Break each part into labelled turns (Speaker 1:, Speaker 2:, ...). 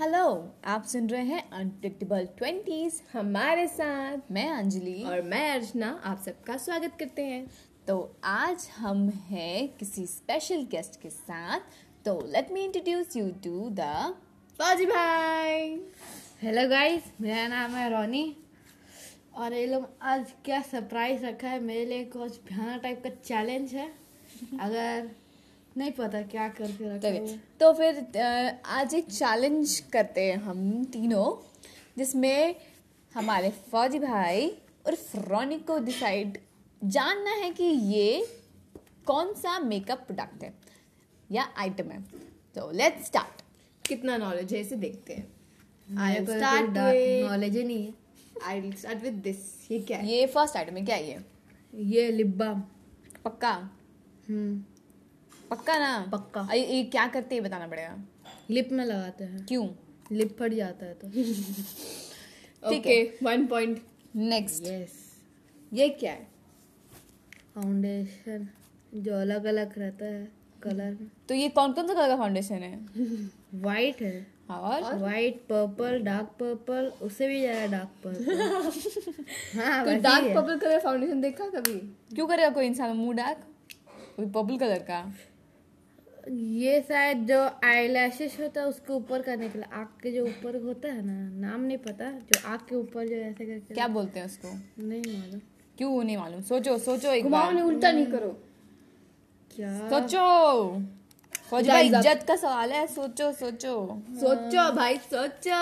Speaker 1: Hello आप सुन रहे हैं अनप्रिडिक्टेबल ट्वेंटीज
Speaker 2: हमारे साथ
Speaker 1: मैं अंजलि
Speaker 2: और मैं अर्चना आप सबका स्वागत करते हैं
Speaker 1: तो आज हम हैं किसी स्पेशल गेस्ट के साथ तो let me introduce you to the
Speaker 2: Fauji Bhai
Speaker 3: hello guys मेरा नाम है रोनी और ये लोग आज क्या सरप्राइज रखा है मेरे लिए कुछ भयानक टाइप का चैलेंज है अगर नहीं पता क्या करके रखा
Speaker 2: हम्म।
Speaker 3: है
Speaker 1: तो फिर अ, आज एक चैलेंज करते हैं हम तीनों जिसमें हमारे फौजी भाई और फ्रॉनी को डिसाइड जानना है कि ये कौन सा मेकअप प्रोडक्ट है या आइटम है तो लेट्स स्टार्ट
Speaker 2: कितना नॉलेज है इसे देखते
Speaker 1: Hmm,
Speaker 2: हैं आई
Speaker 3: मेरे को
Speaker 2: स्टार्ट
Speaker 3: कोई नॉलेज ही नहीं है
Speaker 2: I will start with this ये क्या है
Speaker 1: ये फर्स्ट आइटम है क्या है ये
Speaker 3: ये लिप बाम
Speaker 1: पक्का
Speaker 3: हम्म
Speaker 1: पक्का ना
Speaker 3: पक्का।
Speaker 1: अरे ये क्या करते हैं बताना पड़ेगा
Speaker 3: लिप में लगाते हैं
Speaker 1: क्यों
Speaker 3: लिप फट जाता है तो
Speaker 1: ठीक
Speaker 2: okay one point
Speaker 1: next
Speaker 3: yes
Speaker 2: ये क्या है
Speaker 3: फाउंडेशन जो अलग अलग रहता है कलर में
Speaker 1: तो ये कौन कौन सा कलर का फाउंडेशन है
Speaker 3: वाइट है
Speaker 1: और
Speaker 3: वाइट पर्पल डार्क पर्पल उससे भी ज्यादा डार्क पर्पल हाँ
Speaker 2: तो
Speaker 3: वैसे ही
Speaker 2: डार्क
Speaker 3: है।
Speaker 2: पर्पल कलर फाउंडेशन देखा कभी
Speaker 1: क्यों करेगा कोई इंसान मुंह डार्क कोई पर्पल कलर का
Speaker 3: ये शायद जो आई होता है उसके ऊपर करने के लिए आँख के जो ऊपर होता है ना नाम नहीं पता जो आँख के ऊपर जो ऐसे करके
Speaker 1: क्या बोलते हैं उसको
Speaker 3: नहीं मालूम
Speaker 1: क्यों नहीं मालूम सोचो सोचो एक
Speaker 2: घुमाओ
Speaker 1: बार
Speaker 2: नहीं उल्टा नहीं करो
Speaker 3: क्या
Speaker 1: सोचो फौज भाई इज्जत का सवाल है सोचो सोचो
Speaker 2: सोचो भाई सोचो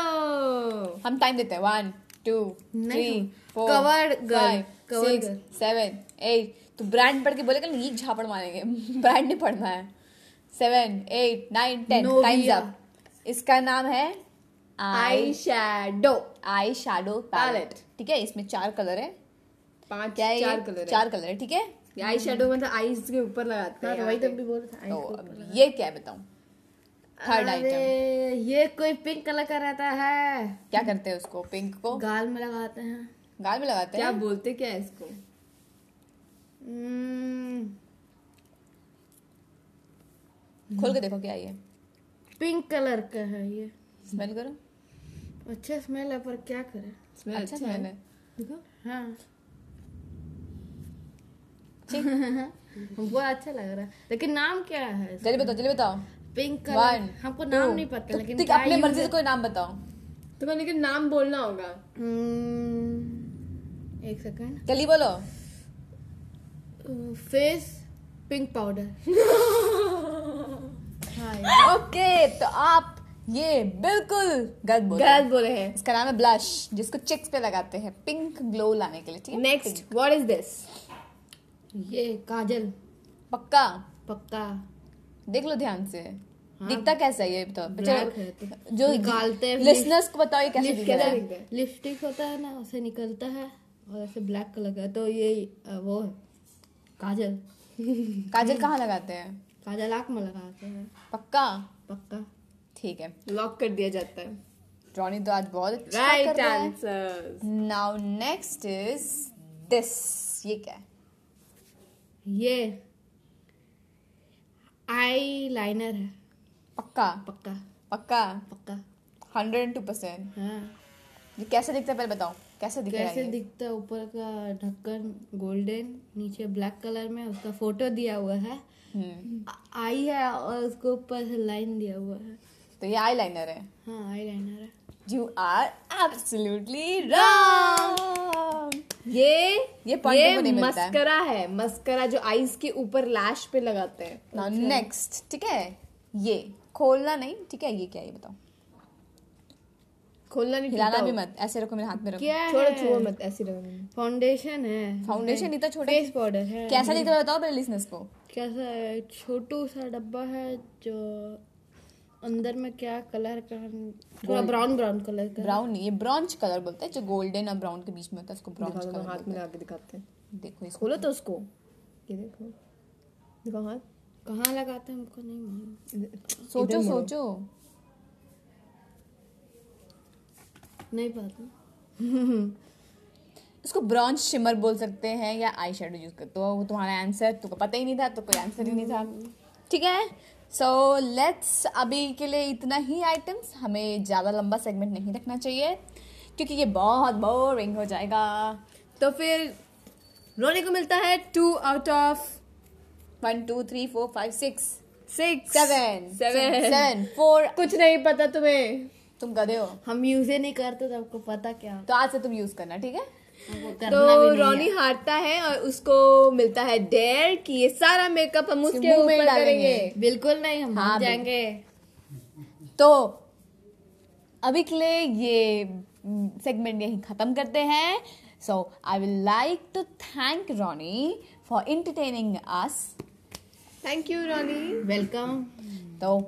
Speaker 1: हम टाइम देते हैं वन टू थ्री
Speaker 3: नहीं।
Speaker 1: Four
Speaker 3: Covered girl,
Speaker 1: five
Speaker 3: covered
Speaker 1: six
Speaker 3: girl.
Speaker 1: Seven eight तो ब्रांड पढ़ के बोलेगा ना ये झापड़ मारेंगे ब्रांड नहीं पढ़ना है seven eight nine ten
Speaker 3: Novia.
Speaker 1: Time's up इसका नाम है
Speaker 2: eye
Speaker 1: eye
Speaker 2: shadow
Speaker 1: eye shadow palette
Speaker 2: Palette.
Speaker 1: ठीक है इसमें चार कलर है
Speaker 2: पांच
Speaker 1: क्या है ये?
Speaker 2: चार कलर
Speaker 1: चार कलर है ठीक है
Speaker 2: है आई शेडो मतलब आईज के ऊपर लगाते
Speaker 3: हाँ,
Speaker 2: हैं
Speaker 3: तो वही
Speaker 2: यहाँ
Speaker 3: तो
Speaker 2: पे।
Speaker 3: भी बोल रहा था
Speaker 1: तो
Speaker 3: आँख के
Speaker 1: अब
Speaker 3: ऊपर।
Speaker 1: ये क्या है बताऊं थर्ड
Speaker 3: अरे,
Speaker 1: आइटम
Speaker 3: ये कोई पिंक कलर का रहता है
Speaker 1: क्या करते हैं उसको पिंक
Speaker 2: तो?
Speaker 1: को
Speaker 3: गाल में लगाते हैं
Speaker 1: गाल में लगाते
Speaker 2: क्या
Speaker 1: हैं
Speaker 2: बोलते क्या है इसको
Speaker 3: हम्म,
Speaker 1: खोल के देखो क्या है ये
Speaker 3: पिंक कलर का है ये
Speaker 1: स्मेल करो
Speaker 3: अच्छे स्मेल है पर क्या करें
Speaker 2: स्मेल
Speaker 1: अच्छा
Speaker 2: अच्छा
Speaker 1: स्मेल
Speaker 2: है
Speaker 1: है
Speaker 3: हाँ
Speaker 1: ठीक।
Speaker 3: हमको अच्छा लग रहा है लेकिन नाम क्या है
Speaker 1: जल्दी बताओ जल्दी बताओ
Speaker 3: पिंक
Speaker 1: One,
Speaker 3: कलर हमको नाम
Speaker 1: two.
Speaker 3: नहीं पता
Speaker 1: तो
Speaker 3: लेकिन
Speaker 1: ठीक,
Speaker 3: क्या तो
Speaker 1: अपने
Speaker 3: use
Speaker 1: मर्जी से
Speaker 3: है-
Speaker 1: कोई नाम बताओ
Speaker 2: तुम्हें लेकिन नाम बोलना होगा
Speaker 3: Hmm, हम्म, एक सेकंड
Speaker 1: जल्दी बोलो
Speaker 3: तो फेस पिंक पाउडर
Speaker 1: ओके तो आप ये बिल्कुल गलत बोल रहे हैं।
Speaker 2: गलत बोले हैं
Speaker 1: इसका नाम है ब्लश जिसको चिक्स पे लगाते हैं पिंक ग्लो लाने के लिए ठीक है
Speaker 2: नेक्स्ट व्हाट इज दिस
Speaker 3: ये काजल
Speaker 1: पक्का
Speaker 3: पक्का
Speaker 1: देख लो ध्यान से दिखता कैसा है ये तो
Speaker 3: हाँ। ब्लैक है तो
Speaker 1: जो
Speaker 3: निकालते हैं
Speaker 1: लिसनर्स को बताओ ये कैसे
Speaker 3: लिप-
Speaker 1: दिख
Speaker 2: कैसा
Speaker 1: रहा है
Speaker 2: दिखता है?
Speaker 3: लिपस्टिक होता है ना उसे निकलता है और ऐसे ब्लैक कलर का है, तो ये अ, वो है काजल
Speaker 1: काजल कहाँ लगाते हैं
Speaker 3: काजल आँख में लगाते हैं
Speaker 1: पक्का
Speaker 3: पक्का
Speaker 1: ठीक है
Speaker 2: लॉक कर दिया जाता है
Speaker 1: रॉनी तो आज बहुत अच्छा कर
Speaker 2: राइट
Speaker 1: रहा है
Speaker 2: answer
Speaker 1: now next is this ये क्या है
Speaker 3: ये आई लाइनर है
Speaker 1: पक्का
Speaker 3: पक्का
Speaker 1: पक्का
Speaker 3: पक्का
Speaker 1: हंड्रेड एंड टू परसेंट
Speaker 3: हाँ
Speaker 1: ये कैसे दिखता है पहले बताओ कैसे दिख रहा
Speaker 3: कैसे
Speaker 1: है ये?
Speaker 3: दिखता है ऊपर का ढक्कन गोल्डन नीचे ब्लैक कलर में उसका फोटो दिया हुआ है
Speaker 1: हम्म,
Speaker 3: आ- आई है और उसके ऊपर से लाइन दिया हुआ है
Speaker 1: तो ये आई लाइनर है
Speaker 3: हाँ आई लाइनर है
Speaker 1: यू आर एब्सोल्युटली रॉन्ग
Speaker 2: ये
Speaker 1: ये पढ़ने को नहीं मिलता है।
Speaker 2: मस्करा है मस्करा जो आईज के ऊपर लैश पे लगाते हैं
Speaker 1: नाउ नेक्स्ट ठीक है ये खोलना नहीं ठीक है ये क्या है ये बताओ
Speaker 2: खोलना नहीं
Speaker 1: हिलाना
Speaker 2: टूटा
Speaker 1: भी
Speaker 2: हुआ।
Speaker 1: मत ऐसे रखो मेरे हाथ में रखो
Speaker 3: क्या है
Speaker 2: छोड़ो छुओ मत ऐसे रहो तो
Speaker 3: फाउंडेशन है
Speaker 1: फाउंडेशन इतना छोटा
Speaker 3: फेस पाउडर है
Speaker 1: कैसा दिखता है बताओ पहले लिसनर्स को
Speaker 3: कैसा है छोटू सा डब्बा है जो अंदर में क्या कलर का थोड़ा ब्राउन ब्राउन कलर का
Speaker 1: ब्राउन नहीं ये ब्रॉन्ज कलर बोलते हैं जो गोल्डन और ब्राउन के बीच में होता है उसको ब्रॉन्ज
Speaker 2: दिखाओ,
Speaker 1: कलर
Speaker 2: दिखाओ, हाथ
Speaker 1: बोलते
Speaker 2: में लगा के दिखाते हैं
Speaker 1: हैं देखो इसको
Speaker 2: खोलो तो उसको ये देखो दिखाओ हाथ
Speaker 3: कहाँ लगाते हैं हमको नहीं मालूम
Speaker 2: इधर-
Speaker 1: सोचो
Speaker 2: इधर मोड़ो।
Speaker 1: सोचो
Speaker 3: नहीं पता
Speaker 1: इसको ब्रॉन्ज शिमर बोल सकते हैं तो या आई शेडो यूज करते हो तुम्हारा आंसर तुमको पता ही नहीं था तो कोई आंसर ही नहीं था ठीक है सो लेट्स अभी के लिए इतना ही आइटम्स हमें ज़्यादा लंबा सेगमेंट नहीं रखना चाहिए क्योंकि ये बहुत बोरिंग हो जाएगा
Speaker 2: तो फिर रोने को मिलता है two out of
Speaker 1: one two three four five six
Speaker 2: six
Speaker 1: seven
Speaker 2: Seven.
Speaker 1: Seven four
Speaker 2: कुछ नहीं पता तुम्हें
Speaker 1: तुम गधे हो
Speaker 3: हम यूज ही नहीं करते तो आपको पता क्या
Speaker 1: तो आज से तुम यूज़ करना ठीक है
Speaker 3: हमको करना भी
Speaker 2: तो
Speaker 3: नहीं
Speaker 2: रोनी हारता है और उसको मिलता है डेयर कि ये सारा मेकअप हम उसके
Speaker 1: मुंह में
Speaker 2: ऊपर
Speaker 1: डालेंगे।
Speaker 2: करेंगे
Speaker 3: है। बिल्कुल नहीं हम
Speaker 1: हाँ,
Speaker 3: हाँ, जाएंगे
Speaker 1: तो अभी के लिए ये सेगमेंट यहीं ख़त्म करते हैं so I will like to thank Ronnie for entertaining us
Speaker 2: thank you Ronnie
Speaker 3: welcome
Speaker 1: तो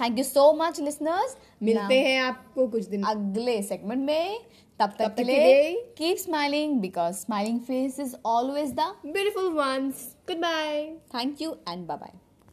Speaker 1: thank you so much listeners
Speaker 2: मिलते हैं आपको कुछ दिन
Speaker 1: अगले सेगमेंट में तब तक
Speaker 2: तक
Speaker 1: के
Speaker 2: के
Speaker 1: लिए
Speaker 2: लिए-
Speaker 1: keep smiling because smiling face is always the
Speaker 2: beautiful ones good bye
Speaker 1: thank you and bye bye